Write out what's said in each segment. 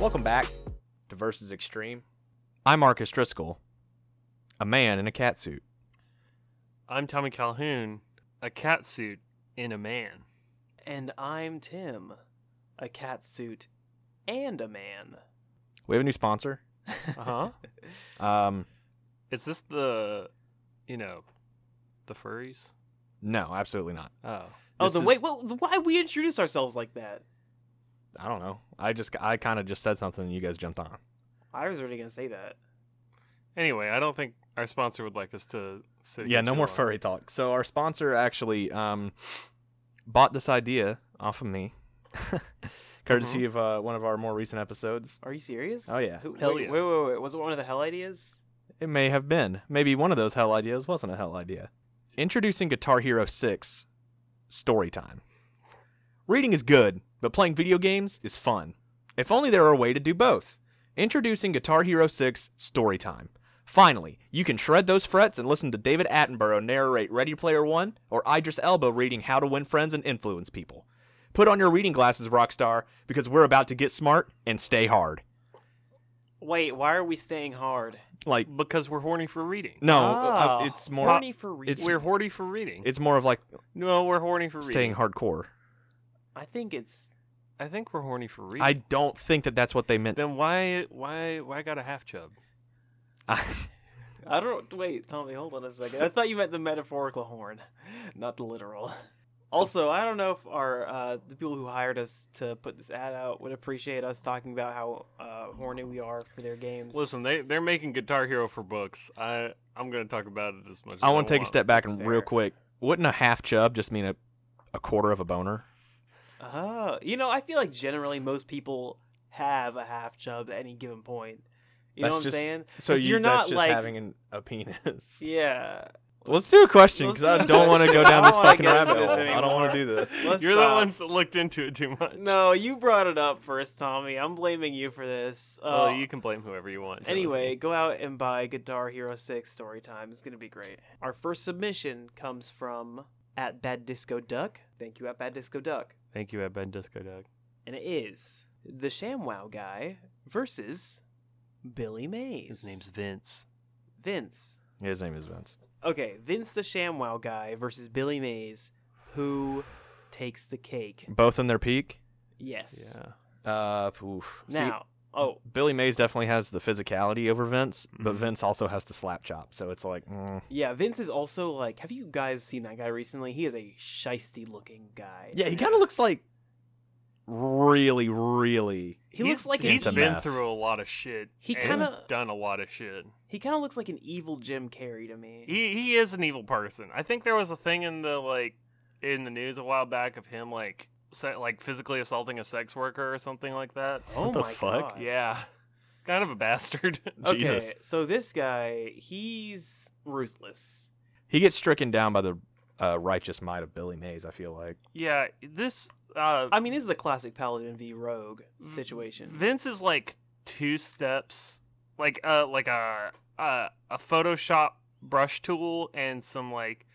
Welcome back to Versus Extreme. I'm Marcus Driscoll, a man in a cat suit. I'm Tommy Calhoun, a cat suit in a man. And I'm Tim, a cat suit and a man. We have a new sponsor. Uh huh. Um, Is this the, you know, the furries? no, absolutely not. Oh, oh, This the is- wait, well, why we introduce ourselves like that? I don't know. I just I kind of just said something and you guys jumped on. I was already gonna say that. anyway, I don't think our sponsor would like us to sit. yeah, no each more other. furry talk. So our sponsor actually um, bought this idea off of me, courtesy of uh, one of our more recent episodes. Are you serious? Oh, yeah. Who, Hell wait, yeah. wait, wait, wait. Was it one of the hell ideas? It may have been. Maybe one of those hell ideas wasn't a hell idea. Introducing Guitar Hero 6 Story Time. Reading is good, but playing video games is fun. If only there were a way to do both. Introducing Guitar Hero 6 Story Time. Finally, you can shred those frets and listen to David Attenborough narrate Ready Player One or Idris Elba reading How to Win Friends and Influence People. Put on your reading glasses, Rockstar, because we're about to get smart and stay hard. Wait, why are we staying hard? Like, because we're horny for reading. no, Ah, uh, it's more. horny for reading. it's- we're horny for reading. It's more of like no, we're horny for staying reading. hardcore. I think it's I think we're horny for reading. I don't think that that's what they meant. then why why why got a half chub? I don't wait, Tommy, hold on a second. I thought you meant the metaphorical horn, not the literal. Also, I don't know if our uh, the people who hired us to put this ad out would appreciate us talking about how uh, horny we are for their games. Listen, they they're making Guitar Hero for books. I I'm gonna talk about it as much. I as want to take a step back That's and real fair. quick. Wouldn't a half chub just mean a, a quarter of a boner? Oh, you know, I feel like generally most people have a half chub at any given point. You That's know what just- I'm saying? So 'Cause you, you're that's not just like having an, a penis. yeah. Let's do a question Let's because I do a don't want to question. go I down don't this wanna fucking get rabbit into hole. this I don't want to do anymore. this. Let's You're the stop. ones that looked into it too much. No, you brought it up first, Tommy. I'm blaming you for this. Well, Uh, you can blame whoever you want. Joey. Anyway, go out and buy Guitar Hero 6 Storytime. It's going to be great. Our first submission comes from at Bad Disco Duck. Thank you, at Bad Disco Duck. thank you, at Ben Disco Duck. And it is the ShamWow guy versus Billy Mays. His name's Vince. Vince. His name is Vince. Okay, Vince the ShamWow guy versus Billy Mays. Who takes the cake? Both in their peak. Yes. Uh, oof. See, Now, oh, Billy Mays definitely has the physicality over Vince, but Vince also has the slap chop. So it's like, mm. yeah, Vince is also like, have you guys seen that guy recently? He is a shisty looking guy. yeah, he kind of looks like really, really He He's- looks like he's an into been meth. through a lot of shit. He and kinda- done a lot of shit. He kind of looks like an evil Jim Carrey to me. He he is an evil person. I think there was a thing in the like in the news a while back of him like se- like physically assaulting a sex worker or something like that. oh What the my fuck? god. Yeah, kind of a bastard. Okay, Jesus. so this guy, he's ruthless. He gets stricken down by the uh, righteous might of Billy Mays. I feel like yeah, this uh, I mean, this is a classic Paladin v Rogue V- situation. Vince is like two steps, like uh, like a a, a Photoshop brush tool and some like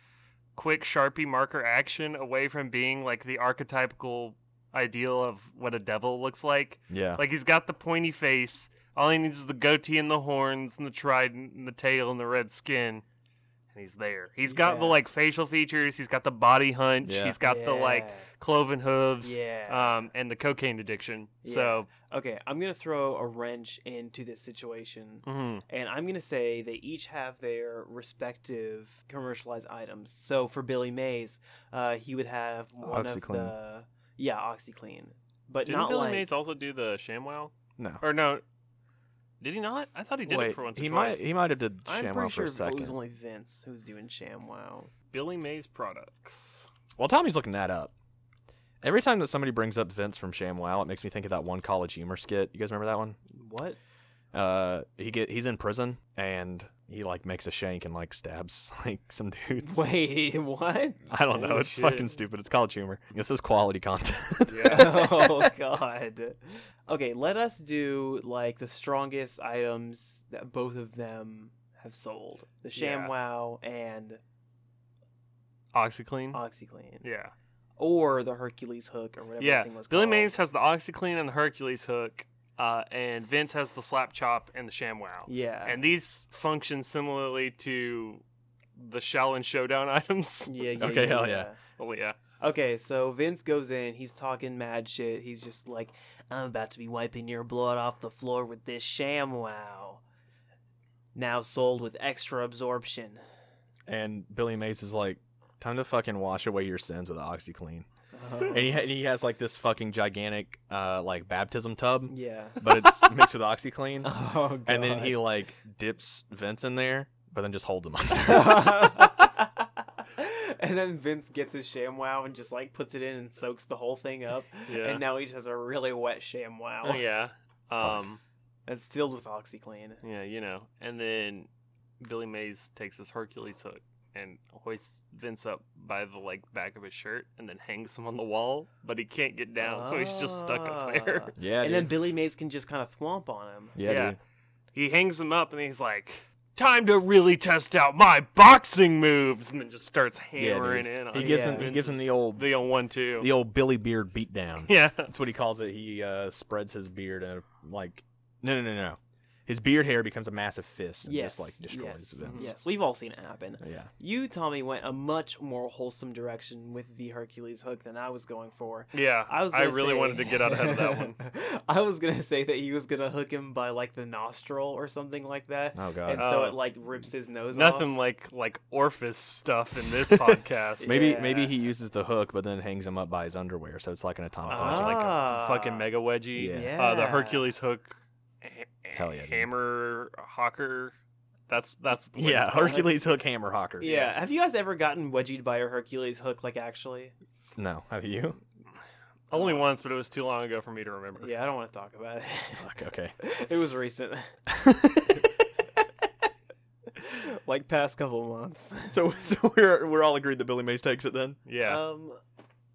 quick Sharpie marker action away from being like the archetypical ideal of what a devil looks like. yeah, Like he's got the pointy face. All he needs is the goatee and the horns and the trident and the tail and the red skin. And he's there. He's got the Yeah. like facial features. He's got the body hunch. Yeah. He's got the like cloven hooves. Yeah. Um, and the cocaine addiction. So, uh, okay, I'm gonna throw a wrench into this situation, Mm-hmm. mhm. and I'm gonna say they each have their respective commercialized items. So for Billy Mays, uh, he would have one OxyClean. of the yeah OxyClean, but didn't not Billy like Mays also do the ShamWow? no. Or no, did he not? I thought he did it for once. or he twice. might he might have did I'm ShamWow pretty for sure a it second. was only Vince who was doing ShamWow. Billy Mays products. While Tommy's looking that up, every time that somebody brings up Vince from ShamWow, it makes me think of that one College Humor skit. You guys remember that one? What? Uh, he get he's in prison and he like makes a shank and like stabs like some dudes. Wait, what? I don't know. Holy It's shit. fucking stupid. It's College Humor. This is quality content. oh god. Okay, let us do like the strongest items that both of them have sold. The Yeah. ShamWow and Uh, OxyClean. OxyClean. yeah. Or the Hercules hook or whatever that Yeah. thing was Billy called. Mays has the OxyClean and the Hercules hook, uh, and Vince has the slap chop and the sham wow. Yeah. And these function similarly to the Shaolin Showdown items. yeah, yeah. Okay, yeah, hell yeah. yeah. oh yeah. Okay, so Vince goes in. He's talking mad shit. He's just like, "I'm about to be wiping your blood off the floor with this sham wow." Now sold with extra absorption. And Billy Mays is like, time to fucking wash away your sins with OxyClean. Uh-huh. And he, ha- he has like this fucking gigantic uh like baptism tub, yeah. but it's mixed with OxyClean. Oh god. And then he like dips Vince in there, but then just holds him under. and then Vince gets his ShamWow and just like puts it in and soaks the whole thing up. Yeah. And now he just has a really wet ShamWow Oh yeah. Um that's filled with OxyClean. yeah, you know. And then Billy Mays takes his Hercules hook and hoists Vince up by the like back of his shirt and then hangs him on the wall, but he can't get down, so he's just stuck up there. Ah. yeah, and dude. then Billy Mays can just kind of thwomp on him. yeah, Yeah. dude. He hangs him up and he's like, "Time to really test out my boxing moves," and then just starts dude. hammering in. On He gives Yeah. him he Vince's- gives him the old the old one two. the old Billy Beard beatdown. yeah, That's what he calls it. He uh, spreads his beard and like no no no no. His beard hair becomes a massive fist and Yes. just like destroys yes. Vince. Yes, we've all seen it happen. Yeah. You, Tommy, went a much more wholesome direction with the Hercules hook than I was going for. yeah. I was. I gonna really say- wanted to get out ahead of that one. I was gonna say that he was gonna hook him by like the nostril or something like that, Oh and god. so Oh. it like rips his nose. Nothing Off. like like Orpheus stuff in this podcast. maybe yeah. maybe he uses the hook but then hangs him up by his underwear so it's like an atomic Uh, wedge. like a Ah. fucking mega wedgie. Yeah. Uh, the Yeah. Hercules hook. ha- Hell yeah, dude. Hammer hawker. That's that's Oh. the way Yeah, it's called. Hercules hook hammer hawker. Yeah. Have you guys ever gotten wedgied by a Hercules hook? Like actually? No, have you? Only once, but it was too long ago for me to remember. Yeah. I don't want to talk about it. Fuck, okay. it was recent, like past couple months. so so we're we're all agreed that Billy Mays takes it then? Yeah. Um,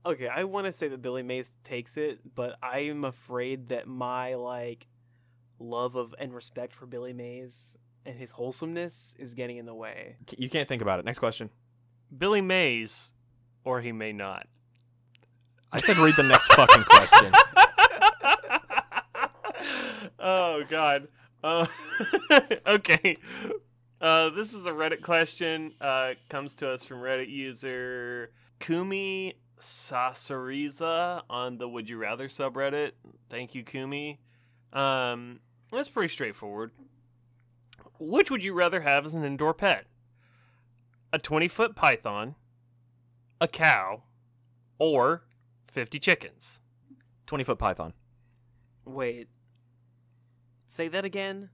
okay, I want to say that Billy Mays takes it, but I'm afraid that my like love of and respect for Billy Mays and his wholesomeness is getting in the way. C- You can't think about it. Next question. Billy Mays, or he may not. I said read the next fucking question. oh God. Uh, okay. Uh, this is a Reddit question. Uh, comes to us from Reddit user Kumi Sasariza on the Would You Rather subreddit. Thank you, Kumi. Um, that's pretty straightforward. Which would you rather have as an indoor pet? A 20 foot python, a cow, or 50 chickens? 20 foot python. Wait, say that again.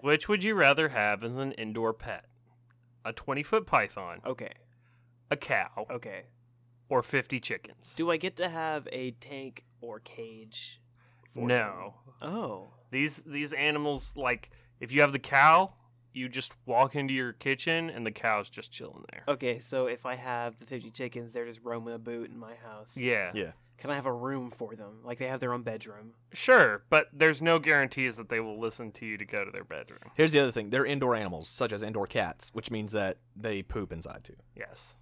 Which would you rather have as an indoor pet? A 20 foot python, Okay, a cow, okay. or 50 chickens? Do I get to have a tank or cage? for No. them? Oh. These these animals like if you have the cow, you just walk into your kitchen and the cow's just chilling there. Okay, so if I have the 50 chickens, they're just roaming about in my house. Yeah. Yeah. Can I have a room for them? Like they have their own bedroom. Sure, but there's no guarantees that they will listen to you to go to their bedroom. Here's the other thing. They're indoor animals, such as indoor cats, which means that they poop inside too. Yes.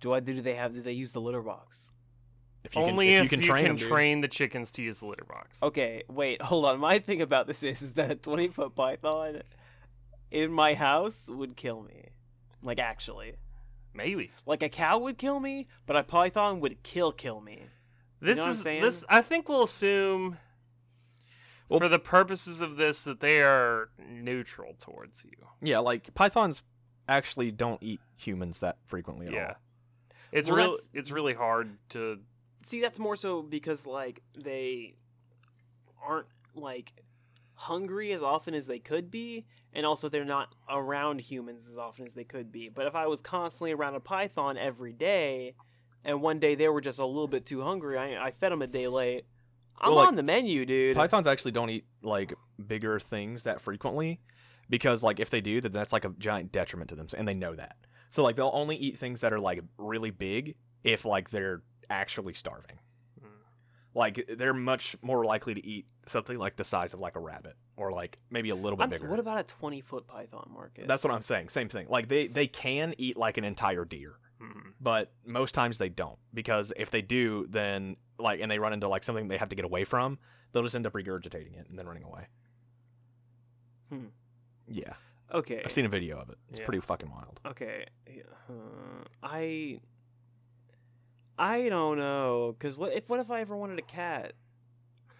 Do I do they have do they use the litter box? If Only can, if, if you can train them, dude. Oh. train the chickens to use the litter box. Okay, wait, hold on. My thing about this is, is that a 20 foot python in my house would kill me. Like, actually. Maybe. Like, a cow would kill me, but a python would kill kill me. This know what I'm is saying? this. I think we'll assume, Well- for the purposes of this, that they are neutral towards you. Yeah, like pythons actually don't eat humans that frequently at yeah, all. it's Well, real. that's- It's really hard to. See, that's more so because, like, they aren't, like, hungry as often as they could be, and also they're not around humans as often as they could be. But if I was constantly around a python every day, and one day they were just a little bit too hungry, I, I fed them a day late. I'm Well, like, on the menu, dude. Pythons actually don't eat like bigger things that frequently because like if they do, then that's like a giant detriment to them and they know that. So like they'll only eat things that are like really big if like they're actually starving. Hmm. Mm. Like they're much more likely to eat something like the size of like a rabbit or like maybe a little bit I'm- bigger. What about a 20 foot python, Marcus? That's what I'm saying. Same thing. Like they they can eat like an entire deer, Mhm. but most times they don't because if they do, then like and they run into like something they have to get away from, They'll just end up regurgitating it and then running away. Hmm. Yeah, Okay. I've seen a video of it. It's Yeah. pretty fucking wild. Okay. Uh, I I don't know cuz what if what if I ever wanted a cat?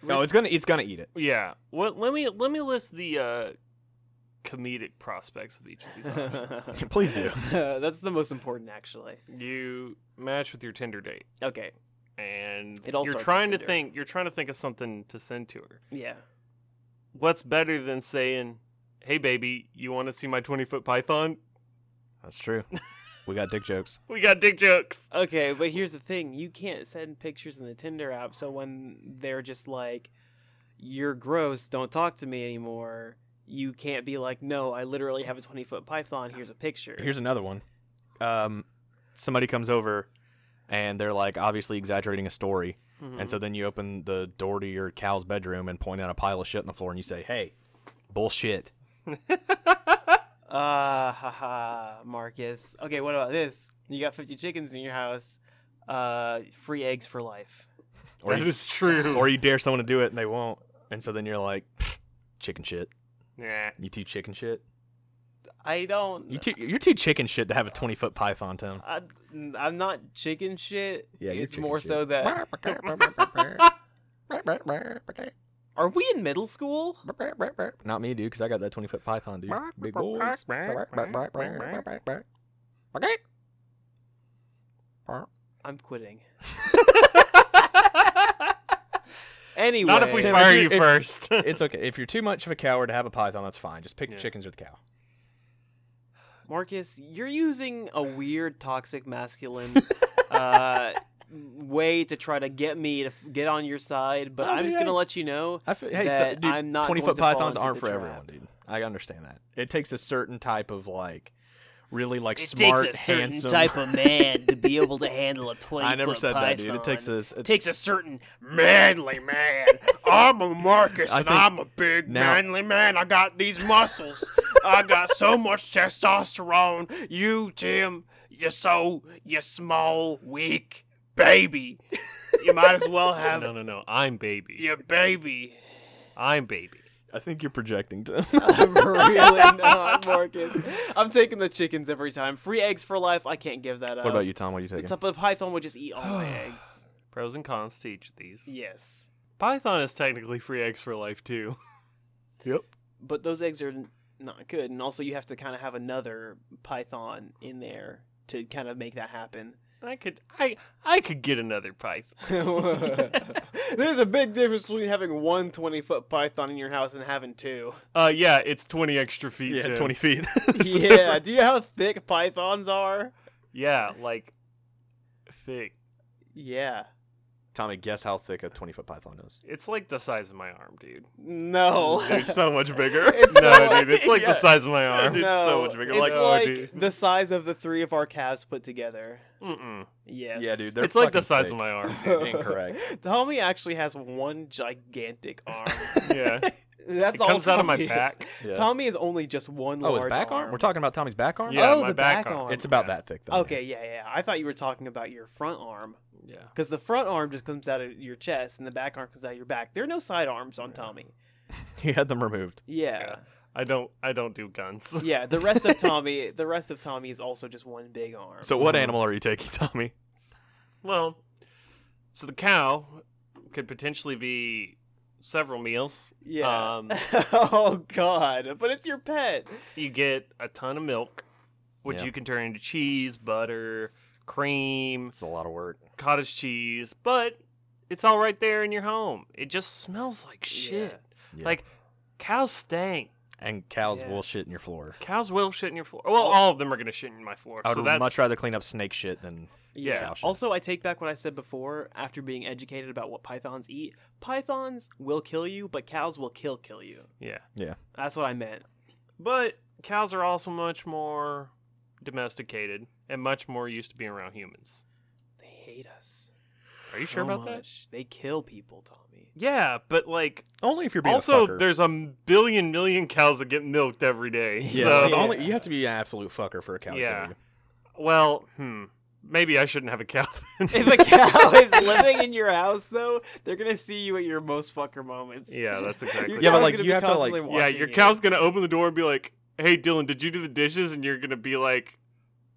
No, it's gonna it's gonna eat it. Yeah. What? Let me let me list the uh, comedic prospects of each of these. options. Please do. That's the most important actually. you match with your Tinder date, Okay. and It all you're starts with trying to Tinder. think. You're trying to think of something to send to her. Yeah. What's better than saying, "Hey, baby, you want to see my twenty foot python? That's true. we got dick jokes. We got dick jokes." Okay, but here's the thing: you can't send pictures in the Tinder app. So when they're just like, "You're gross. Don't talk to me anymore," you can't be like, "No, I literally have a 20 foot python. Here's a picture." Here's another one. Um, somebody comes over, and they're like obviously exaggerating a story, Mm-hmm. And Mm-hmm. so then you open the door to your cow's bedroom and point out a pile of shit on the floor and you say, hey, bullshit. Ah, ha ha, Marcus. Okay, what about this? You got 50 chickens in your house. Uh, free eggs for life. Or that you, is true. or you dare someone to do it and they won't. And so then you're like, "Pfft, chicken shit. yeah. You too chicken shit. I don't. You too, you're too chicken shit to have a 20 foot python, Tim. I, I'm not chicken shit. Yeah, you're it's chicken more shit. so that. Are we in middle school? Not me, dude, because I got that 20 foot python, dude. Big boys. I'm quitting. Not Anyway, if we Tim, fire if you- you if- first. It's okay. If you're too much of a coward to have a python, that's fine. Just pick Yeah. the chickens or the cow. Marcus, you're using a weird toxic masculine uh, way to try to get me to f- get on your side, but I I'm mean, just gonna hey. let you know. I feel, hey, so, that dude, I'm not twenty foot going to fall pythons into the aren't for trap. everyone, dude. I understand that. It takes a certain type of like, really like It smart, takes a certain handsome. type of man to be able to handle a 20 I never said that, dude. It takes a. it takes a certain manly man. I'm a Marcus I and think I'm a big now- manly man. I got these muscles. I got so much testosterone. You, Tim, you're so you small, weak baby. You might as well have no, no, no. I'm baby. your baby. I'm baby. I think you're projecting. Tim. I'm really not, Marcus. I'm taking the chickens every time. Free eggs for life. I can't give that up. what about you, Tom? What are you The taking? type of python would just eat all my eggs. Pros and cons to each of these. Yes, Python is technically free eggs for life too. Yep. but those eggs are n- not good, and also you have to kind of have another python in there to kind of make that happen. I could I I could get another python. There's a big difference between having one 20 foot python in your house and having two. Uh yeah, it's 20 extra feet. Yeah, Tim. twenty feet. yeah, do you know how thick pythons are? Yeah, like thick. Yeah. Tommy, guess how thick a twenty foot python is? It's like the size of my arm, dude. No. They're so much bigger. Oh. It's no, so- dude, it's like yeah. the size of my arm. no, It's so much bigger. It's like, like, oh, dude. the size of the three of our calves put together. Mm-mm. Yes. Yeah, dude. They're It's like the fucking size of thick. my arm. Incorrect. Tommy actually has one gigantic arm. Yeah, That's it all comes out of my Tommy is. back. Yeah. Tommy is only just one oh, large his back arm? We're talking about Tommy's back arm. Yeah, Oh, my the back back arm. arm. It's about yeah. that thick, though. man. Okay, yeah, yeah. I thought you were talking about your front arm. Yeah. Because the front arm just comes out of your chest and the back arm comes out of your back. There are no side arms on Tommy. He had them removed. Yeah. I don't. I don't do guns. Yeah. The rest of Tommy the rest of Tommy is also just one big arm. So, what animal are you taking, Tommy? Well, so the cow could potentially be several meals. Yeah. Um, oh god. But it's your pet. you get a ton of milk, which Yeah. you can turn into cheese, butter, cream, It's a lot of work. cottage cheese, but it's all right there in your home. It just smells like shit. Yeah. Like cows stank. And cows Yeah. will shit in your floor. Cows will shit in your floor. Well, all of them are gonna shit in my floor. Oh. I would so that's much rather clean up snake shit than Yeah. cow shit. Also, I take back what I said before after being educated about what pythons eat. Pythons will kill you, but cows will kill kill you. yeah. That's what I meant. But cows are also much more domesticated and much more used to being around humans. They hate us. Are you sure about that? that? They kill people, Tommy. Yeah, but like Only if you're being a also fucker. there's a billion million cows that get milked every day. yeah, So the Yeah. only- you have to be an absolute fucker for a cow. to kill Yeah. you. well, hmm. maybe I shouldn't have a cow. then. If a cow is living in your house, though, they're gonna see you at your most fucker moments. Yeah, that's exactly Your it. Yeah, but, cow's like, gonna you be have to, constantly like- yeah, watching your you. cow's gonna open the door and be like, "Hey, Dylan, did you do the dishes?" And you're gonna be like,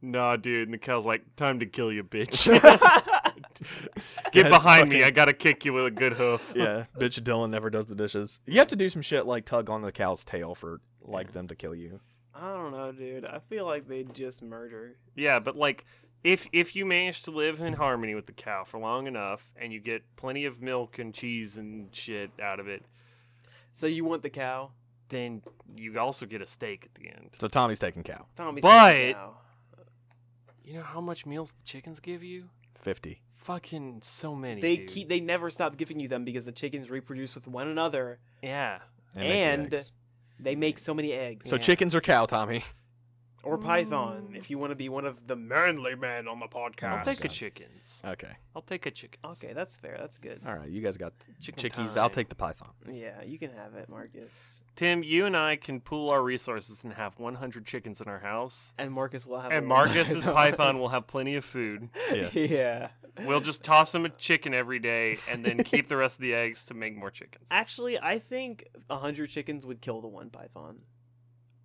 "Nah, dude." And the cow's like, "Time to kill you, bitch. Get That behind me. fucking- I gotta kick you with a good hoof." yeah, bitch Dylan never does the dishes. You have to do some shit like tug on the cow's tail for like them to kill you. I don't know, dude. I feel like they just murder. Yeah, but like if if you manage to live in harmony with the cow for long enough and you get plenty of milk and cheese and shit out of it, So you want the cow? then you also get a steak at the end. So Tommy's taking cow. Tommy's But- taking the cow. You know how much meals the chickens give you? Fifty. Fucking so many. they dude. keep they never stop giving you them because the chickens reproduce with one another. Yeah. make your And- eggs. They make so many eggs. so Yeah. Mm. chickens are cow, Tommy. or python if you want to be one of the manly men on the I'll Oh, podcast. take a God. chickens. Okay. I'll take a chicken. Okay, that's fair. That's good. All right. You guys got Chicken chickies. time. I'll take the python. Yeah, you can have it, Marcus. Tim, you and I can pool our resources and have 100 chickens in our house. And Marcus will have. And a Marcus's python will have plenty of food. Yeah. yeah. We'll just toss him a chicken every day and then keep the rest of the eggs to make more chickens. Actually, I think a hundred chickens would kill the one python.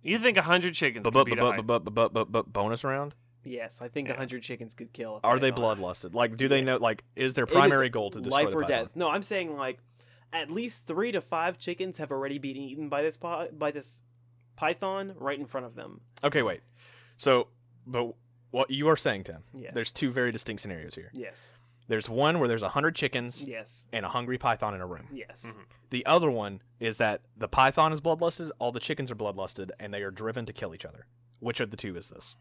You think a hundred chickens could beat a hy- But bonus round. Yes, I think a Yeah. hundred chickens could kill. A Are they python. bloodlusted? Like, do they know? Like, is their It is primary goal to destroy life the or python? death? No, I'm saying like at least three to five chickens have already been eaten by this pi- by this python right in front of them. Okay, wait. So, but what you are saying, Tim? Yes. There's two very distinct scenarios here. Yes. There's one where there's a hundred chickens Yes. and a hungry python in a room. Yes. Mhm. The other one is that the python is bloodlusted, all the chickens are bloodlusted, and they are driven to kill each other. Which of the two is this?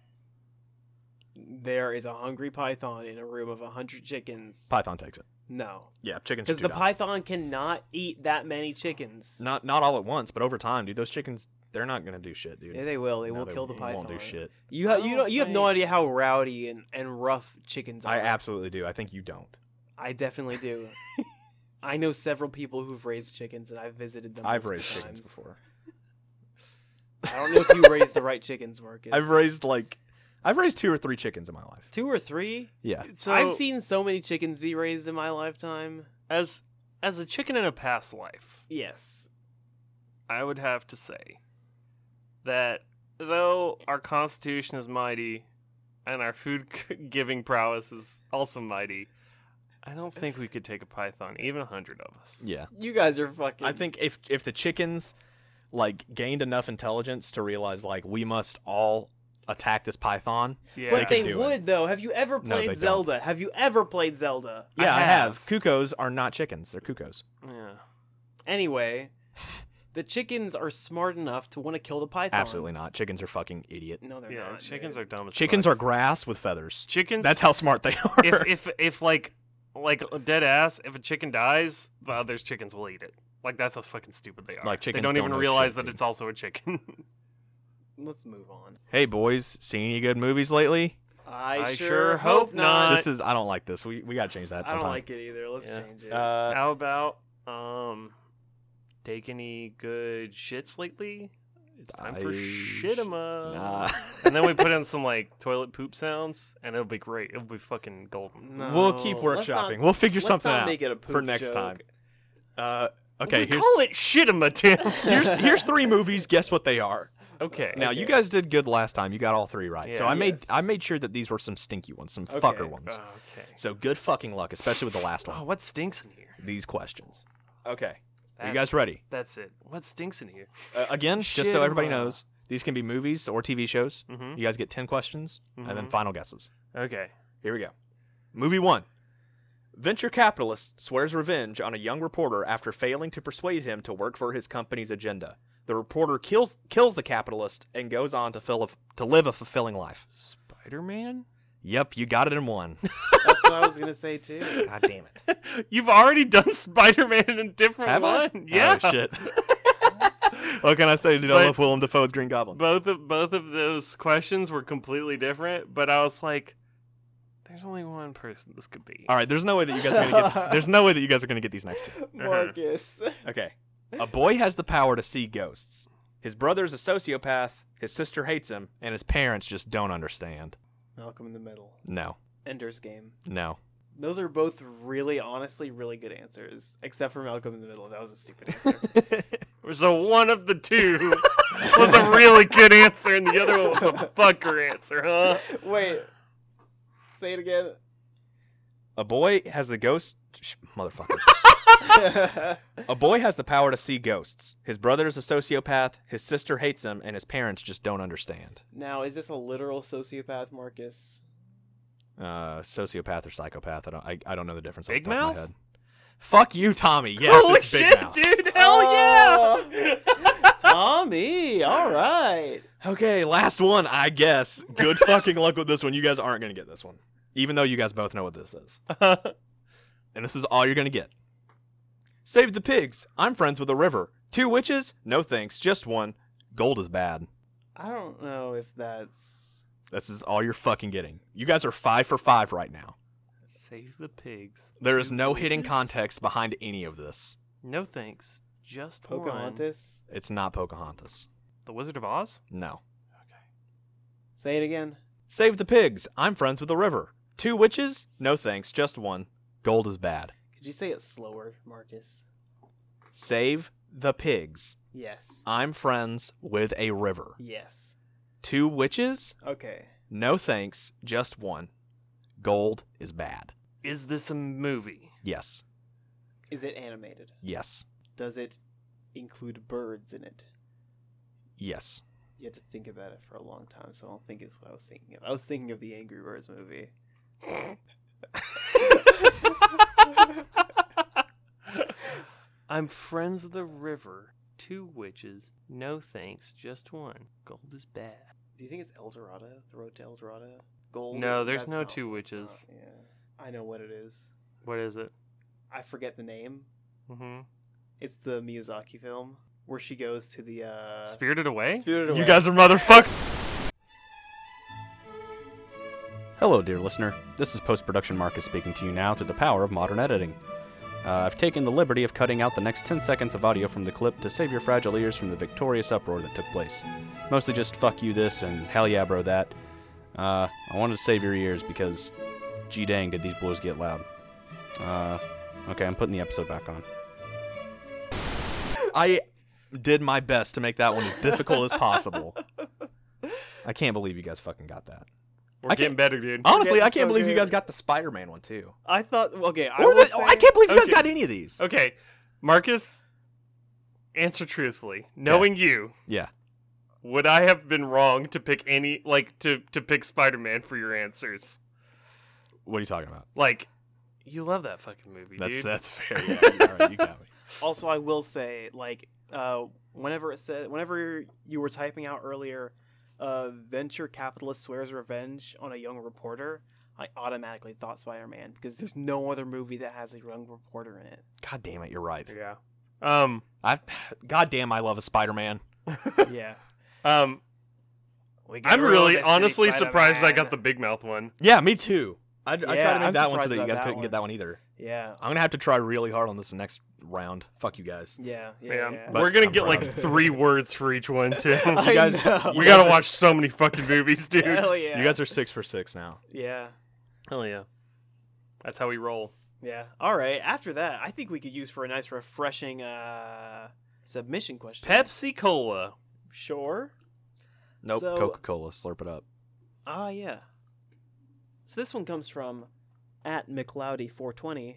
There is a hungry python in a room of a hundred chickens. Python takes it. no, Yeah, chickens. because do the die. python cannot eat that many chickens. not not all at once, but over time, dude. Those chickens, they're not gonna do shit, dude. Yeah, they will. They No, will kill the python. Won't do shit. You ha- I you don't don't you have no think- idea how rowdy and, and rough chickens are. I absolutely do. I think you don't. I definitely do. I know several people who've raised chickens, and I've visited them. I've multiple raised chickens times. before. I don't know if you raised the right chickens, Marcus. I've raised like, I've raised two or three chickens in my life. two or three. Yeah. So I've seen so many chickens be raised in my lifetime. as as a chicken in a past life, Yes, I would have to say that though our constitution is mighty and our food giving prowess is also mighty, I don't think we could take a python, even a hundred of us. Yeah. you guys are fucking. I think if if the chickens like gained enough intelligence to realize like we must all attack this python. yeah. but they they, could do it. would though. Have you ever No, they played don't. Zelda? Have you ever played Zelda? I Yeah, I have. have. Cuckoos are not chickens. They're cuckoos. yeah. Anyway, the chickens are smart enough to want to kill the python. Absolutely not. Chickens are fucking idiot. No, they're Yeah, not. chickens dude. are dumb as Chickens fuck. are grass with feathers. chickens. That's how smart they are. if if if like like a dead ass, if a chicken dies, the other chickens will eat it. Like that's how fucking stupid they are. Like, they chickens don't don't even know realize shit, that dude. it's also a chicken. Let's move on. hey boys, seen any good movies lately? I, I sure, sure hope, hope not. not. this is I don't like this. We we gotta change that. Uh, I Sometime. don't like it either. Let's Yeah. change it. Uh, how about um, take any good shits lately? It's time for I- shitima. nah. and then we put in some like toilet poop sounds, and it'll be great. It'll be fucking golden. No, we'll keep let's not- workshopping. We'll figure let's something not out make it a for poop next joke. time. Uh, okay, we here's call it shitima, Tim. here's here's three movies. Guess what they are. okay. Now you guys did good last time. You got all three right. so Yeah. I made Yes. I made sure that these were some stinky ones, some fucker Okay. uh, ones. Okay. So good fucking luck, especially with the last Oh, one. what stinks in here? These questions. Okay. Are you That's- guys ready? That's it. What stinks in here? Uh, again, just so everybody Shitma. knows, these can be movies or TV shows. Mm-hmm. You guys get 10 questions and then Mhm. final guesses. Okay. Here we go. Movie 1. Venture capitalist swears revenge on a young reporter after failing to persuade him to work for his company's agenda. The reporter kills kills the capitalist and goes on to fill a, to live a fulfilling life. Spider Man? Yep, you got it in one. That's what I was gonna say too. God damn it. You've already done Spider Man in a different Have I? one. Yeah. Oh, shit. what can I say, dude? But- I love Willem Dafoe's Green Goblin. Both of both of those questions were completely different, but I was like, there's only one person this could be. All right, there's no way that you guys are gonna get. There's no way that you guys are gonna get these next two. Marcus. Okay. A boy has the power to see ghosts. His brother's a sociopath. His sister hates him, and his parents just don't understand. Malcolm in the Middle. No. Ender's Game. No. Those are both really, honestly, really good answers. Except for Malcolm in the Middle. That was a stupid answer. So one of the two was a really good answer, and the other one was a fucker answer, huh? Wait. Say it again. A boy has the ghost. Sh- motherfucker. a boy has the power to see ghosts. His brother is a sociopath, his sister hates him, and his parents just don't understand. now, is this a literal sociopath, Marcus? Uh, sociopath or psychopath. I don't, I, I don't know the difference. off Big the top of Mouth? my head. Fuck you, Tommy. Yes, Holy it's Big shit, Mouth. dude! Hell yeah! Oh. Tommy, all right. Okay, last one, I guess. Good fucking luck with this one. You guys aren't going to get this one, even though you guys both know what this is. and this is all you're going to get. Save the pigs. I'm friends with a river. Two witches? No thanks, just one. Gold is bad. I don't know if that's. This is all you're fucking getting. You guys are five for five right now. Save the pigs. There is no hidden witches? context behind any of this. No thanks. Just one. Pocahontas. It's not Pocahontas. The Wizard of Oz? No. Say it again. Save the pigs. I'm friends with a river. Two witches? No thanks, just one. Gold is bad. Could you say it slower, Marcus? Save the pigs. Yes. I'm friends with a river. Yes. Two witches? Okay. No thanks, just one. Gold is bad. Is this a movie? Yes. Is it animated? Yes. Does it include birds in it? Yes. You had to think about it for a long time, so I don't think it's what I was thinking of. I was thinking of the Angry Birds movie. I'm friends of the river. Two witches. No thanks. Just one. Gold is bad. Do you think it's El Dorado? The Road to El Dorado? Gold? No, there's That's no not- two that's not- witches. Uh, yeah. I know what it is. What is it? I forget the name. Mm-hmm. It's the Miyazaki film where she goes to the uh Spirited Away? Spirited Away. You guys are motherfuckers. Hello, dear listener. This is post production Marcus speaking to you now through the power of modern editing. Uh, I've taken the liberty of cutting out the next 10 seconds of audio from the clip to save your fragile ears from the victorious uproar that took place. Mostly just fuck you this and hell yeah, bro that. Uh, I wanted to save your ears because, gee dang, did these blows get loud. Uh, okay, I'm putting the episode back on. I did my best to make that one as difficult as possible. I can't believe you guys fucking got that. We're I getting can't- better, dude. Honestly, Yeah, I can't so believe you good. guys got the Spider-Man one too. I thought okay, I, Or will the- oh, say- I can't believe you guys Okay. got any of these. Okay, Marcus, answer truthfully. Knowing you, Yeah. would I have been wrong to pick any like to to pick Spider-Man for your answers? What are you talking about? Like, you love that fucking movie, dude. that's fair. Yeah, all right, you got me. Also, I will say, like, uh, whenever it said, whenever you were typing out earlier, uh, venture capitalist swears revenge on a young reporter, I automatically thought Spider Man because there's no other movie that has a young reporter in it. God damn it, you're right. Yeah. Um. I, God damn, I love a Spider-Man. yeah. Um. We got I'm rid of really that city honestly surprised I got the Spider-Man. big mouth one. Yeah, me too. I, I tried Yeah, to make I'm that one so surprised that you about guys that couldn't one. get that one either. Yeah. I'm gonna have to try really hard on this next round. Fuck you guys. Yeah. Yeah. Yeah. yeah. We're But gonna I'm get proud like of you. three words for each one too. I You guys, you know. we guys gotta are watch s- so many fucking movies, dude. Hell yeah. You guys are six for six now. Yeah. Hell yeah. That's how we roll. Yeah. All right. After that, I think we could use for a nice, refreshing uh, submission question. Pepsi Cola. Sure. Nope. So- Coca-Cola. Slurp it up. Ah, yeah. So this one comes from at McLeody420.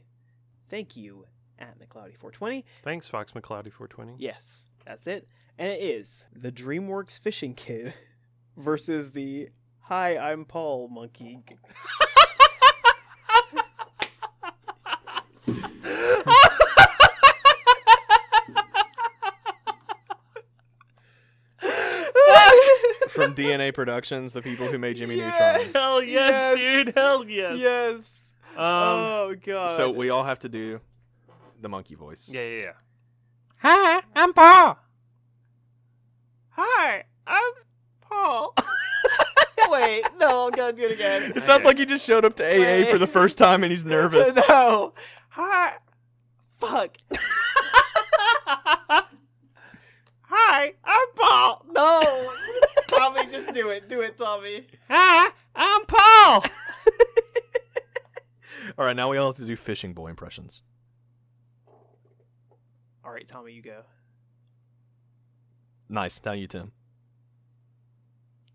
Thank you, at McLeody420. Thanks, Fox McCloudy 420. Yes, that's it. And it is the DreamWorks Fishing Kid versus the Hi, I'm Paul Monkey. From DNA Productions, the people who made Jimmy Yes! Neutron. Hell yes, Yes. dude. Hell yes. yes. Um, oh God. So we all have to do the monkey voice. yeah, yeah, yeah. Hi, I'm Paul. Hi, I'm Paul. Wait, no, I'm gonna do it again. It sounds like he just showed up to AA for the first time and he's nervous. No. Hi. Fuck. Hi, I'm Paul. No. Tommy, just do it. Do it, Tommy. Hi, I'm Paul. All right, now we all have to do fishing boy impressions. All right, Tommy, you go. Nice. Now you, Tim.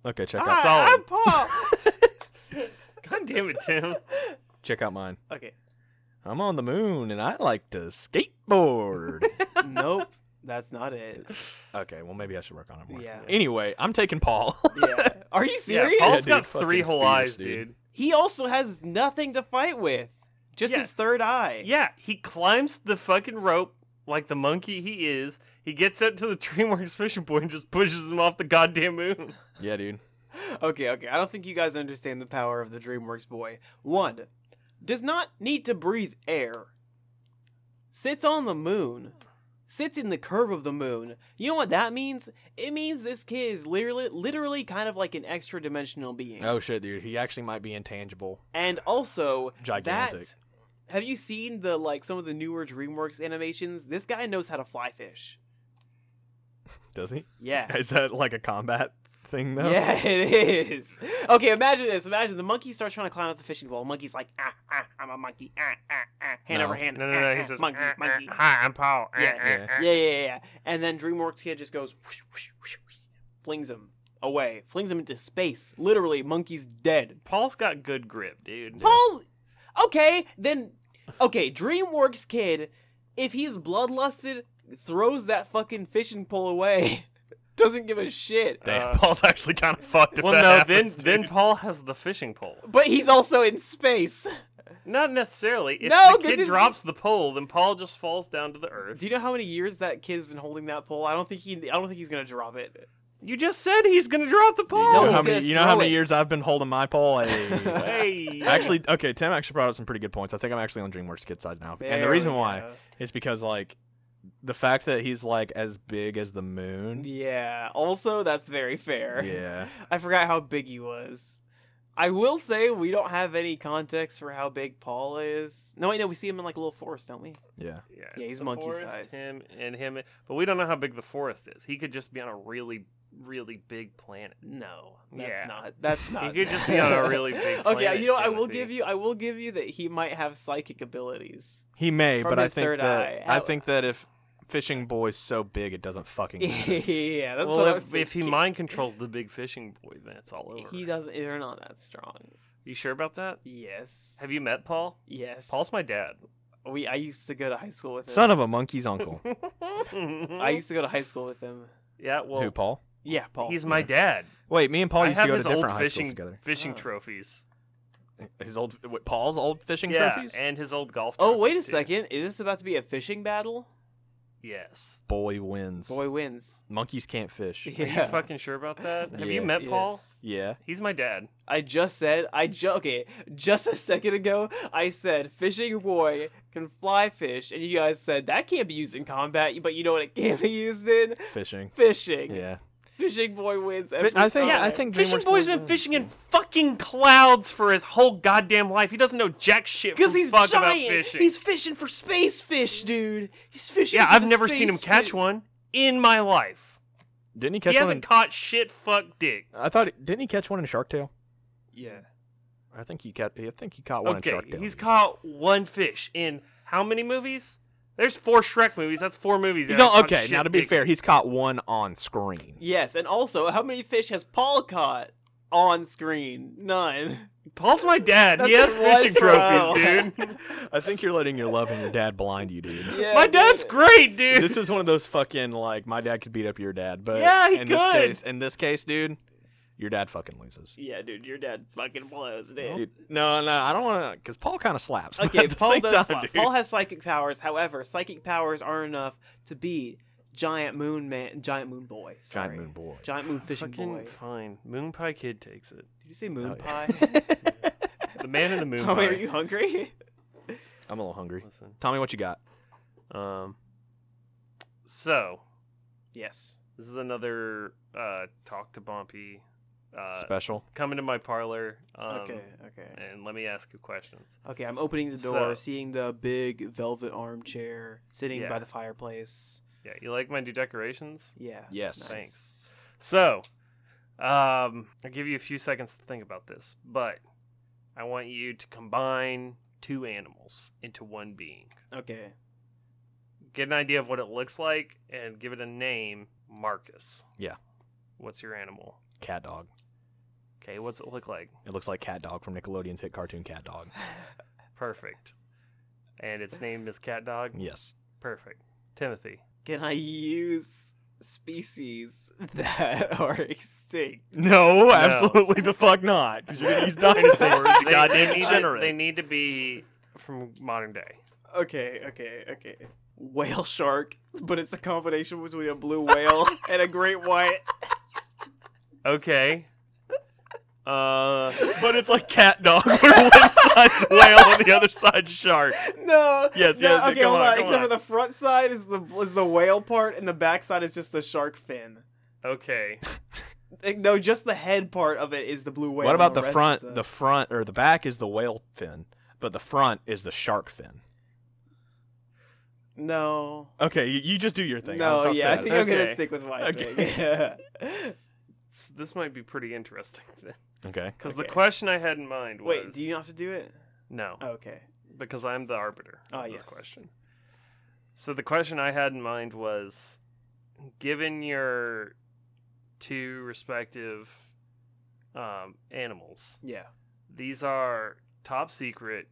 Okay, check Ah, out Solid. I'm Paul. God damn it, Tim. check out mine. Okay. I'm on the moon and I like to skateboard. nope, that's not it. okay, well maybe I should work on it more. Yeah. Anyway, I'm taking Paul. Yeah. Are you serious? Yeah, Paul's dude, got fucking three whole fierce, eyes, dude. dude. he also has nothing to fight with. Just Yeah. his third eye. Yeah, he climbs the fucking rope like the monkey he is. He gets up to the DreamWorks Mission Boy and just pushes him off the goddamn moon. yeah, dude. Okay, okay. I don't think you guys understand the power of the DreamWorks boy. One, does not need to breathe air. Sits on the moon. Sits in the curve of the moon. You know what that means? It means this kid is literally, literally kind of like an extra dimensional being. Oh shit, dude. He actually might be intangible. And also, Gigantic. that. Have you seen the like some of the newer DreamWorks animations? This guy knows how to fly fish. Does he? Yeah. Is that like a combat thing though? Yeah, it is. Okay, imagine this. Imagine the monkey starts trying to climb up the fishing pole. Monkey's like, ah, ah, I'm a monkey. Ah, ah, ah. Hand No. over hand. No, ah, no, no. ah, He says, monkey, "Uh, uh, monkey. "Hi, I'm Paul." Uh, Yeah, uh, yeah. uh." Yeah, yeah, yeah, yeah. And then DreamWorks kid just goes, whoosh, whoosh, whoosh, whoosh, flings him away, flings him into space. Literally, monkey's dead. Paul's got good grip, dude. Paul's okay. Then okay, DreamWorks kid, if he's bloodlusted, throws that fucking fishing pole away. Doesn't give a shit. Damn, Uh, Paul's actually kind of fucked if well, that no, happens. then then dude. Paul has the fishing pole. But he's also in space. Not necessarily. If No, the 'cause kid it- drops the pole, then Paul just falls down to the earth. Do you know how many years that kid's been holding that pole? I don't think he. I don't think he's gonna drop it. You just said he's gonna drop the you know pole. he's how gonna many you know how throw many it. years I've been holding my Paul? Hey. Hey. actually, okay, Tim actually brought up some pretty good points. I think I'm actually on DreamWorks kid size now. and the There reason we why go. is because like the fact that he's like as big as the moon. Yeah. Also, that's very fair. Yeah. I forgot how big he was. I will say we don't have any context for how big Paul is. No, wait, no, we see him in like a little forest, don't we? Yeah. Yeah, Yeah, it's he's the monkey forest, sized. Him and him, but we don't know how big the forest is. He could just be on a really, really big planet. No, that's Yeah. not. That's not. could just be on a really big okay, planet, you know, I will Timothy. give you. I will give you that he might have psychic abilities. He may, From but I his think third that eye. I How- think that if fishing boy's so big, it doesn't fucking. matter. yeah, that's well, what if, I'm if he thinking. mind controls the big fishing boy, then it's all over. he doesn't. They're not that strong. You sure about that? Yes. Have you met Paul? Yes. Paul's my dad. We. I used to go to high school with him. Son of a monkey's uncle. I used to go to high school with him. yeah. Who, Well, Paul? Yeah, Paul. he's my Yeah. dad. Wait, me and Paul I used to have go to his old different high schools fishing together. fishing Oh. trophies. His old, what, Paul's old fishing yeah, trophies. and his old golf. Oh, wait a trophies, too. second. Is this about to be a fishing battle? Yes. Boy wins. Boy wins. Monkeys can't fish. Are you fucking sure about that? Have Yeah. you met Paul? Yes. Yeah. He's my dad. I just said, I ju- okay, just a second ago, I said fishing boy can fly fish, and you guys said that can't be used in combat, but you know what it can be used in? Fishing. Fishing. Yeah. Fishing boy wins. Fi- Every I think. time. I think. Fishing DreamWorks Boy's been wins, fishing in yeah. fucking clouds for his whole goddamn life. He doesn't know jack shit Because from he's fuck about giant! fishing. He's fishing for space fish, dude! He's fishing yeah, for I've the never seen him space catch fish. one in my life. Didn't he catch he one? hasn't In, caught shit fuck dick. I thought. Didn't he catch one in Shark Tale? Yeah. I think he caught. I think he caught one in okay, Shark Tale. he's caught one fish in how many movies? There's four Shrek movies. That's four movies. He's that all, I've caught okay. Now shit to be dick. fair, he's caught one on screen. Yes, and also, how many fish has Paul caught on screen? None. Paul's my dad. He has That's a fishing life trophies, dude. I think you're letting your love and your dad blind you, dude. Yeah, my dude. dad's great, dude. this is one of those fucking like my dad could beat up your dad, but Yeah, he in this could. case, in this case, dude, your dad fucking loses. Yeah, dude, your dad fucking blows, dude. Dude, no, no, I don't want to, because Paul kind of slaps. but Okay, at the Paul same does. time, slap. dude- Paul has psychic powers. However, psychic powers aren't enough to beat giant moon man, giant moon boy. Sorry. Giant Moon Boy. giant moon fishing Fucking boy. fine. Moon Pie Kid takes it. Did you say moon Oh, yeah. pie? The man in the moon. Tommy, are pie. you hungry? I'm a little hungry. Listen. Tommy, what you got? Um. So yes. this is another uh, talk to Bumpy. Uh, Special. come into my parlor. Um, okay. Okay. And let me ask you questions. Okay. I'm opening the So- door, seeing the big velvet armchair sitting Yeah. by the fireplace. Yeah, you like my new decorations? Yeah. Yes. nice. Thanks. So, um, I'll give you a few seconds to think about this, but I want you to combine two animals into one being. Okay. Get an idea of what it looks like and give it a name, Marcus. Yeah. What's your animal? Cat dog. Okay, what's it look like? It looks like Cat Dog from Nickelodeon's hit cartoon Cat Dog. Perfect. And its name is Cat Dog. Yes. Perfect. Timothy. Can I use species that are extinct? No, absolutely the fuck not. 'cause you're gonna use dinosaurs. you They- goddamn they need to- degenerate. They need to be from modern day. Okay, okay, okay. Whale shark, but it's a combination between a blue whale and a great white. Okay. Uh, but it's like cat dog, where one side's whale and the other side's shark. No. Yes, no, yes, yeah, Okay, come hold on, on. come Except on. for the front side is the is the whale part, and the back side is just the shark fin. okay. Eh, No, just the head part of it is the blue whale. what about and the rest front? is The front or the back is the whale fin, but the front is the shark fin. No. Okay, you, you just do your thing. No, I'll- I'll yeah, I stay think out I'm gonna Okay. stick with my Okay. thing. S- this might be pretty interesting of it. Okay. because Okay. the question I had in mind was Wait, do you have to do it? no Okay. because I'm the arbiter Ah, of this yes. question. So the question I had in mind was, given your two respective um, animals, Yeah. these are top secret,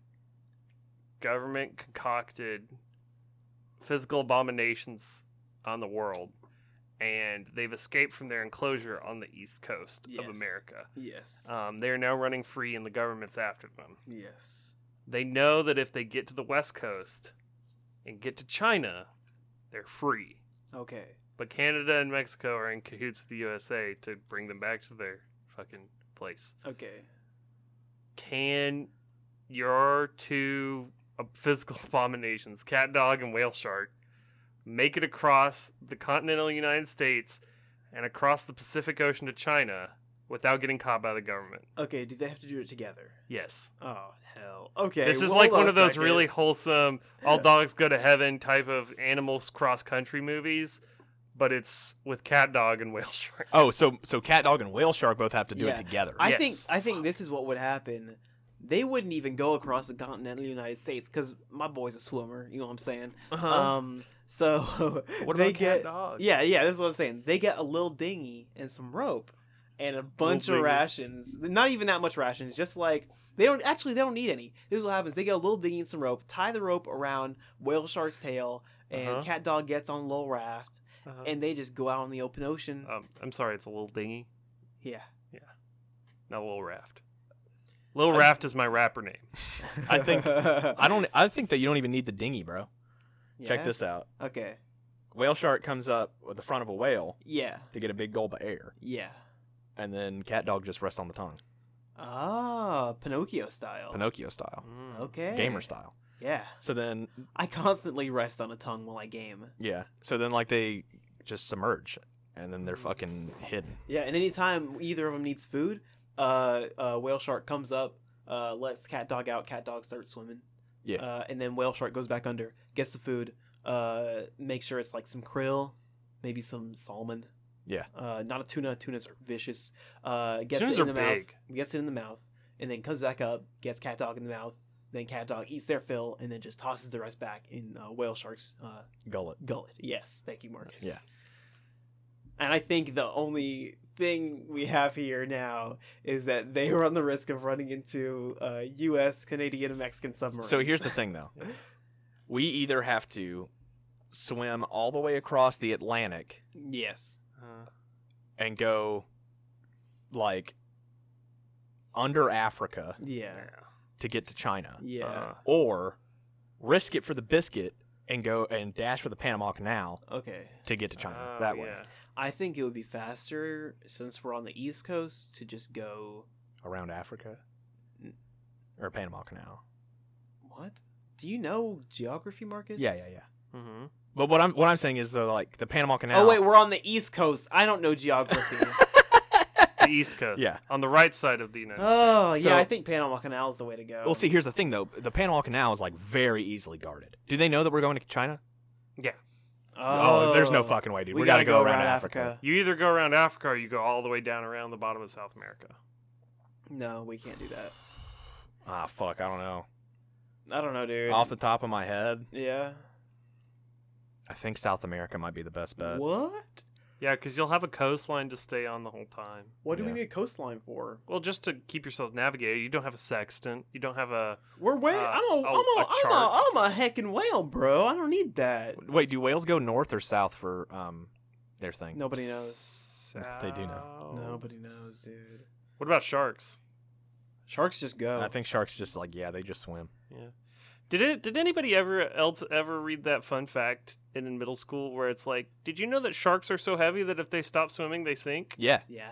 government concocted physical abominations on the world, and they've escaped from their enclosure on the east coast Yes. of America. Yes. Um, they are now running free, and the government's after them. yes. They know that if they get to the west coast and get to China, they're free. Okay. But Canada and Mexico are in cahoots with the USA to bring them back to their fucking place Okay. can your two uh, physical abominations, cat dog and whale shark, make it across the continental United States and across the Pacific Ocean to China without getting caught by the government? Okay. Do they have to do it together? Yes. Oh hell. Okay. this is well, like hold one on of a those second. really wholesome, all dogs go to heaven type of animals cross country movies, but it's with cat dog and whale shark. Oh, so so cat dog and whale shark both have to do Yeah. it together. I Yes. think I think this is what would happen. They wouldn't even go across the continental United States because my boy's a swimmer. You know what I'm saying? Um. So Uh-huh. what they about get cat dog? yeah yeah. This is what I'm saying. They get a little dinghy and some rope and a bunch of dinghy. rations. Not even that much rations. Just like they don't actually they don't need any. This is what happens. They get a little dinghy and some rope. Tie the rope around whale shark's tail, and Uh-huh. cat dog gets on a little raft, Uh-huh. and they just go out on the open ocean. Uh, um, I'm sorry, it's a little dingy. yeah. Not Lil Raft. Lil Raft is my rapper name. I think- I don't. I think that you don't even need the dinghy, bro. Yeah? Check this out. Okay. Whale shark comes up with the front of a whale Yeah. to get a big gulp of air, Yeah. and then cat dog just rests on the tongue, Ah, Pinocchio style. Pinocchio style, Mm, okay. gamer style. Yeah. So then, I constantly rest on a tongue while I game. yeah. So then, like they just submerge, and then they're fucking hidden. Yeah, and anytime either of them needs food, uh, uh, whale shark comes up, uh, lets cat dog out. Cat dog starts swimming. Yeah. Uh, and then whale shark goes back under, gets the food, uh, makes sure it's like some krill, maybe some salmon. Yeah. Uh, not a tuna. Tunas are vicious. Uh, gets Tunas it in are the big. mouth. Gets it in the mouth, and then comes back up, gets cat dog in the mouth. Then cat dog eats their fill, and then just tosses the rest back in uh, whale shark's uh, Gullet. gullet. Yes, thank you, Marcus. Yeah. And I think the only thing we have here now is that they run the risk of running into uh, U.S., Canadian, and Mexican submarines. So here's the thing, though. we either have to swim all the way across the Atlantic yes, uh-huh. and go like under Africa yeah, to get to China. yeah. Uh-huh. or risk it for the biscuit and go and dash for the Panama Canal okay, to get to China Oh, that way I think it would be faster since we're on the East Coast to just go. around Africa or Panama Canal. What? Do you know geography, Marcus? Yeah, yeah, yeah. Mm-hmm. But what I'm what I'm saying is though, like the Panama Canal. Oh wait, we're on the East Coast. I don't know geography. The East Coast. Yeah. On the right side of the United oh So- yeah, I think Panama Canal is the way to go. Well, see, here's the thing though: the Panama Canal is like very easily guarded. Do they know that we're going to China? Oh, there's no fucking way, dude. We, We, gotta, gotta, go, around Africa. You either go around Africa or you go all the way down around the bottom of South America. No, we can't do that. Ah, fuck, I don't know. I don't know, dude. Off the top of my head, yeah. I think South America might be the best bet. what? Yeah, because you'll have a coastline to stay on the whole time. What do we Yeah. need a coastline for? Well, just to keep yourself navigated, you don't have a sextant. You don't have a. We're way. Uh, I'm oh, a- a. I'm a a. I'm a. I'm a heckin' whale, bro. I don't need that. Wait, do whales go north or south for um their thing? Nobody knows. They do know. South- Nobody knows, dude. What about sharks? Sharks just go. I think sharks just like yeah, they just swim. Did it? Did anybody ever else ever read that fun fact in, in middle school where it's like, did you know that sharks are so heavy that if they stop swimming, they sink? Yeah, Yeah.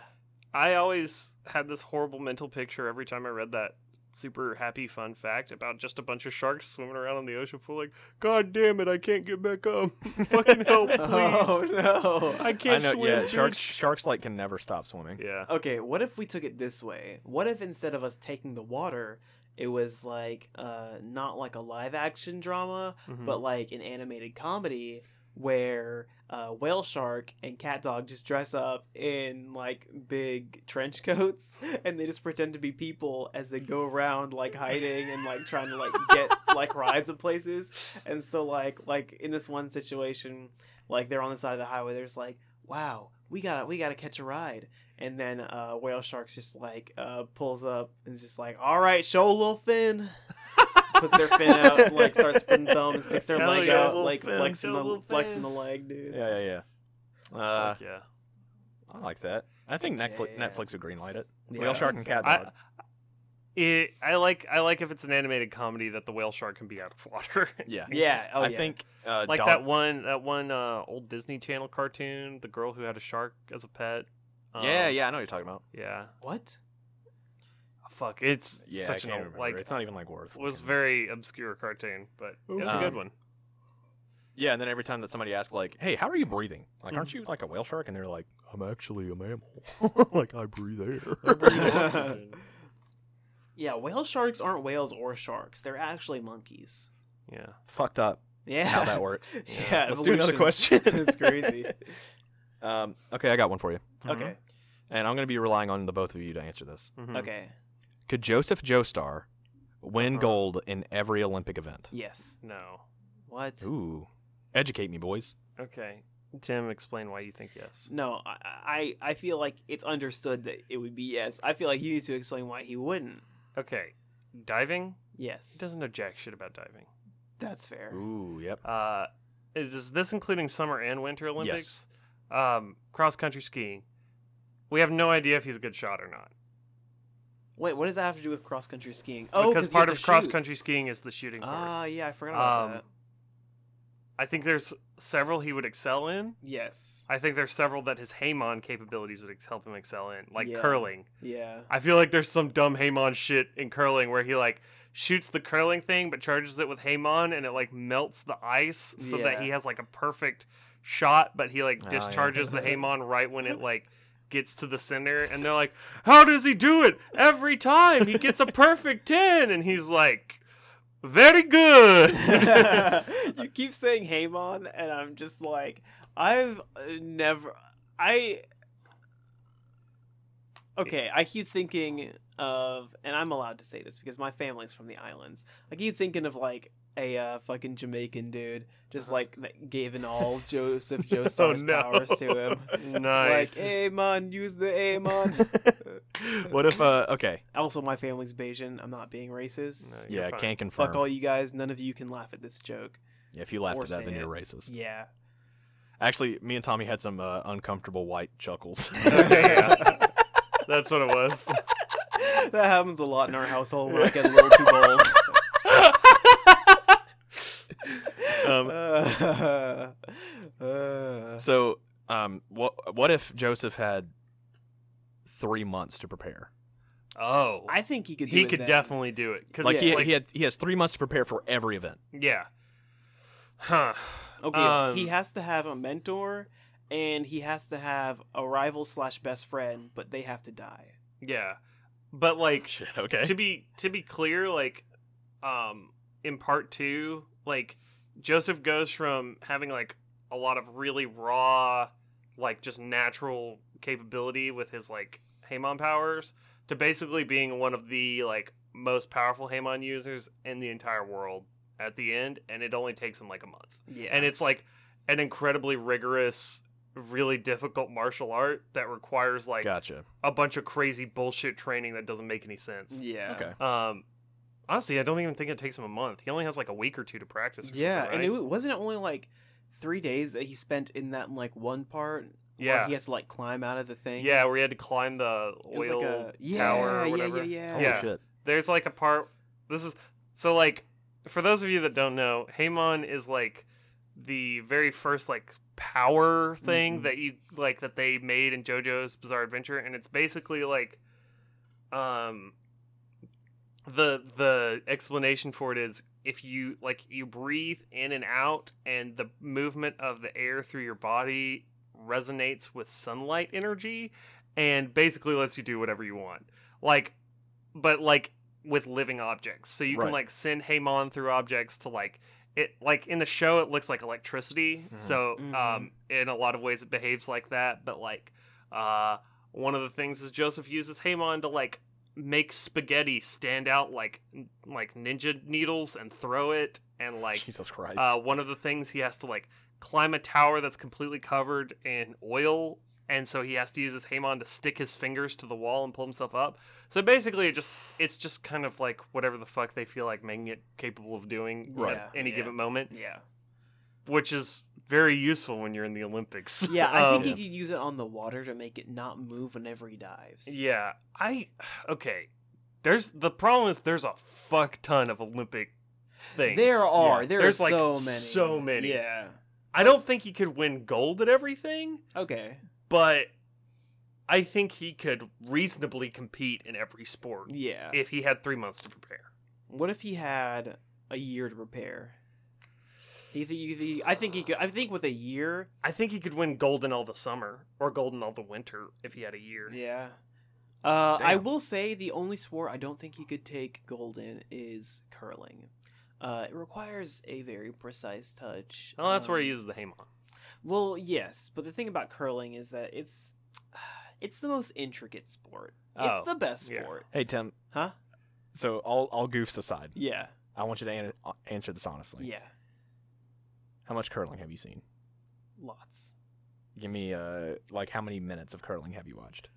I always had this horrible mental picture every time I read that super happy fun fact about just a bunch of sharks swimming around in the ocean pool. Like, God damn it, I can't get back up. Fucking help, please. Oh I no. can't I know. swim. yeah, bitch." sharks sharks like can never stop swimming. Yeah. Okay. What if we took it this way? What if instead of us taking the water, it was like uh not like a live action drama, Mm-hmm. but like an animated comedy where uh, whale shark and cat dog just dress up in like big trench coats and they just pretend to be people as they go around like hiding and like trying to like get like rides and places and so like like in this one situation like they're on the side of the highway there's like wow we gotta we gotta catch a ride and then uh whale sharks just like uh pulls up and is just like all right show a little fin puts their fin out like starts putting thumb and sticks their Hell leg yeah, out little like fin, flexing show a the little flexing fin. the leg dude yeah, yeah. yeah. Uh, Fuck yeah. I like that. I think Netflix Yeah. Netflix would greenlight it. Yeah, Whale I shark and think cat I- dog. It, I like I like if it's an animated comedy that the whale shark can be out of water. yeah, Yeah, Just- oh I yeah. think uh, like dog- that one that one uh, old Disney Channel cartoon, the girl who had a shark as a pet. Um, yeah, yeah. I know what you're talking about. yeah. what Fuck, it's Yeah, I such an can't old, remember. like it's not even like worth. it was looking. very obscure cartoon, but it was a Um, good one. Yeah, and then every time that somebody asks, like, "Hey, how are you breathing? Like, aren't you like a whale shark?" and they're like, I'm actually a mammal. like I breathe air. yeah whale sharks aren't whales or sharks they're actually monkeys yeah. "Fucked up." yeah How that works? yeah, Let's do another evolution. question. Mm-hmm. it's crazy um, okay, I got one for you, okay and I'm going to be relying on the both of you to answer this. Mhm. okay Could Joseph Joestar win Uh-huh. gold in every Olympic event? yes No. what Ooh, educate me, boys. Okay. Tim, explain why you think yes. no I, I i feel like it's understood that it would be yes i feel like you need to explain why he wouldn't Okay. Diving? yes He doesn't know jack shit about diving. that's fair Ooh, yep. Uh, is this including summer and winter Olympics? Yes. Um, cross country skiing. We have no idea if he's a good shot or not. wait what does that have to do with cross country skiing oh because we part have of to cross shoot. country skiing is the shooting course. ah yeah i forgot about Um, that I think there's several he would excel in. yes I think there's several that his Haymon capabilities would ex- help him excel in, like Yeah. curling. yeah I feel like there's some dumb Haymon shit in curling where he like shoots the curling thing but charges it with Haymon and it like melts the ice so Yeah. that he has like a perfect shot, but he like Oh, yeah. discharges the Haymon right when it like gets to the center and they're like, How does he do it? Every time he gets a perfect ten and he's like very good. you keep saying Haymon, and I'm just like, I've uh, never. I. Okay, I keep thinking of, and I'm allowed to say this because my family's from the islands. I keep thinking of like a uh, fucking Jamaican dude, just like that gave an all Joseph Uh-huh. Joestar's Oh, no. powers to him. nice. Like, hey man, use the hey man. what if? uh Okay, also, my family's Bayesian. I'm not being racist. No, You're yeah, I fine. can't confirm. Fuck all you guys. None of you can laugh at this joke. if you laughed or at that, then say you're it. racist. Yeah. Actually, me and Tommy had some uh, uncomfortable white chuckles. Okay, yeah. That's what it was. that happens a lot in our household when I get a little too bold. um, Uh, uh, so, um, what what if Joseph had three months to prepare? Oh. I think he could. Do he it could then. definitely do it. Cause Like yeah, he, he had he has three months to prepare for every event. yeah. Huh. Okay, Um, he has to have a mentor, and he has to have a rival slash best friend, but they have to die. Yeah. But like Shit. Okay. to be to be clear, like um in part two, like Joseph goes from having like a lot of really raw, like just natural capability with his like Haemon powers to basically being one of the like most powerful Hamon users in the entire world at the end, and it only takes him like a month. Yeah. And it's like an incredibly rigorous, really difficult martial art that requires like Gotcha. a bunch of crazy bullshit training that doesn't make any sense. yeah. Okay. Um, honestly, I don't even think it takes him a month. He only has like a week or two to practice. or something, Yeah, and it right? wa- wasn't it only like three days that he spent in that like one part. where yeah, he has to like climb out of the thing. yeah, where he had to climb the it was oil like a yeah, tower or yeah, whatever. yeah, yeah, Holy Yeah. shit. There's like a part. This is so like for those of you that don't know, Hamon is like the very first like power thing Mhm. that you like that they made in JoJo's Bizarre Adventure, and it's basically like, um, the the explanation for it is if you like you breathe in and out, and the movement of the air through your body resonates with sunlight energy, and basically lets you do whatever you want, like, but like with living objects, so you Right. can like send Hamon through objects to like it like in the show it looks like electricity Mhm. so um Mhm. in a lot of ways it behaves like that but like uh one of the things is joseph uses hamon to like make spaghetti stand out like n- like ninja needles and throw it and like Jesus Christ. uh, one of the things he has to like climb a tower that's completely covered in oil, and so he has to use his hamon to stick his fingers to the wall and pull himself up. So basically, it just it's just kind of like whatever the fuck they feel like making it capable of doing Right. at any Yeah. given moment, yeah. which is very useful when you're in the Olympics. Yeah, I Um, think he could use it on the water to make it not move whenever he dives. Yeah, I okay. There's the problem is there's a fuck ton of Olympic things. There are. Yeah. There There's are like so many. so many. Yeah. I don't think he could win gold at everything. Okay. but I think he could reasonably compete in every sport Yeah. if he had three months to prepare. What if he had a year to prepare? Do you think you think, I think he could I think with a year, I think he could win gold in all the summer or gold in all the winter if he had a year. yeah. Uh, I Damn. will say the only sport I don't think he could take gold in is curling. Uh, it requires a very precise touch. Oh, that's where he um, uses the Hamon. Well, yes, but the thing about curling is that it's it's the most intricate sport. Oh, it's the best yeah. sport, hey Tim. huh? So all all goofs aside, Yeah, I want you to an- uh, answer this honestly. yeah, How much curling have you seen? lots. Give me uh like how many minutes of curling have you watched?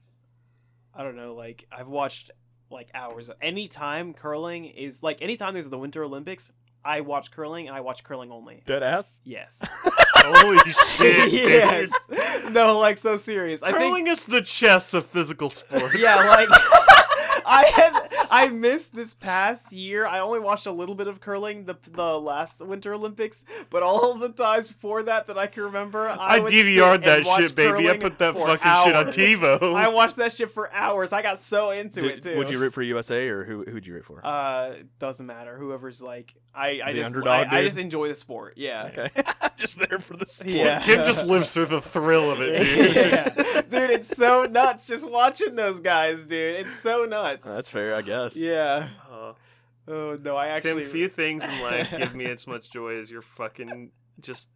I don't know. Like I've watched like hours. Anytime curling is like anytime there's the Winter Olympics, I watch curling and I watch curling only. Dead ass. Yes. Holy shit, dude. yes. No, like so serious. I think Curling is the chess of physical sports. yeah, like I had I missed this past year. I only watched a little bit of curling the the last Winter Olympics, but all the times before that that I can remember, I, I, would DVR'd sit and that watch shit, baby. I curling put that for fucking shit on hours. TiVo. I watched that shit for hours. I got so into Did- it too. Would you root for USA or who who'd you root for? Uh, doesn't matter. Whoever's like, I, I The just, underdog, I, I dude? just enjoy the sport. Yeah. okay. Just there for the sport. Yeah. Tim just lives through the thrill of it, dude. yeah, dude, it's so nuts just watching those guys, dude. It's so nuts. That's fair, I guess. yeah. Uh, Oh no, I actually. Tim, few things in life give me as much joy as your fucking just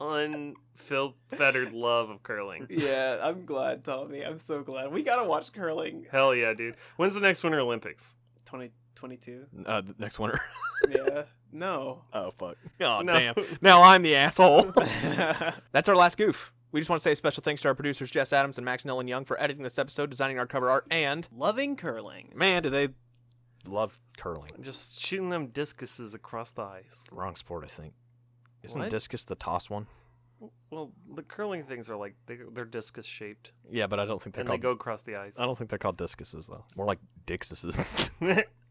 unfiltered love of curling. yeah, I'm glad, Tommy. I'm so glad. We gotta watch curling. Hell yeah, dude. When's the next Winter Olympics? 2022. Uh, the next winter. yeah. No. Oh fuck. Oh No. damn. Now I'm the asshole. That's our last goof. We just want to say a special thanks to our producers Jess Adams and Max Nolan Young for editing this episode, designing our cover art, and Loving curling. man, do they love curling? Just shooting them discuses across the ice. Wrong sport, I think. Isn't What? discus the toss one? Well, the curling things are like they, they're discus shaped Yeah, but I don't think they're and they called. go across the ice. I don't think they're called discuses though. More like dixuses.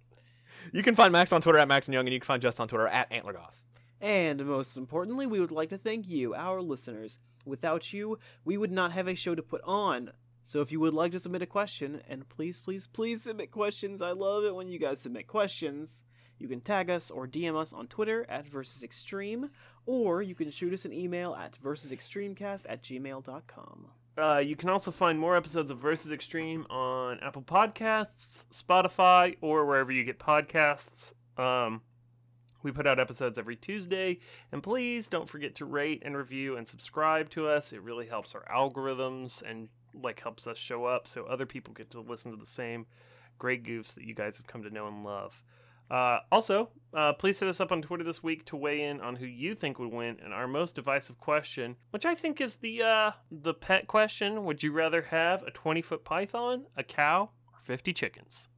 you can find Max on Twitter at Max and Young, and you can find Jess on Twitter at Antlergoth. And most importantly, we would like to thank you, our listeners. Without you, we would not have a show to put on. So if you would like to submit a question, and please, please, please submit questions. I love it when you guys submit questions. You can tag us or DM us on Twitter at Versus Extreme, or you can shoot us an email at versusextremecast at gmail.com. Uh, you can also find more episodes of Versus Extreme on Apple Podcasts, Spotify, or wherever you get podcasts. Um, we put out episodes every Tuesday, and please don't forget to rate and review and subscribe to us. It really helps our algorithms and like helps us show up so other people get to listen to the same great goofs that you guys have come to know and love. Uh, also, uh, please hit us up on Twitter this week to weigh in on who you think would win and our most divisive question, which I think is the uh, the pet question: Would you rather have a twenty foot python, a cow, or fifty chickens?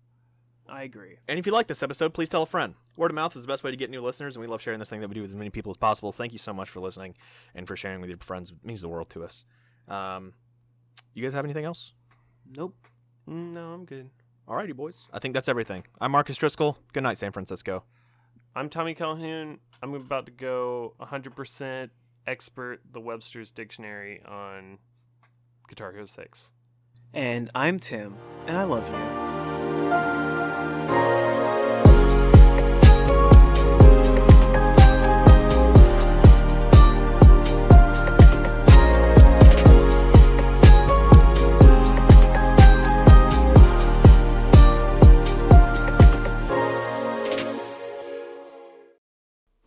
I agree. And if you like this episode, please tell a friend. Word of mouth is the best way to get new listeners, and we love sharing this thing that we do with as many people as possible. Thank you so much for listening and for sharing with your friends. It means the world to us. Um, you guys have anything else? Nope. Mm, No, I'm good. Alrighty, boys. I think that's everything. I'm Marcus Driscoll. Good night, San Francisco. I'm Tommy Calhoun. I'm about to go 100% expert the Webster's Dictionary on Guitar Hero 6. And I'm Tim, and I love you.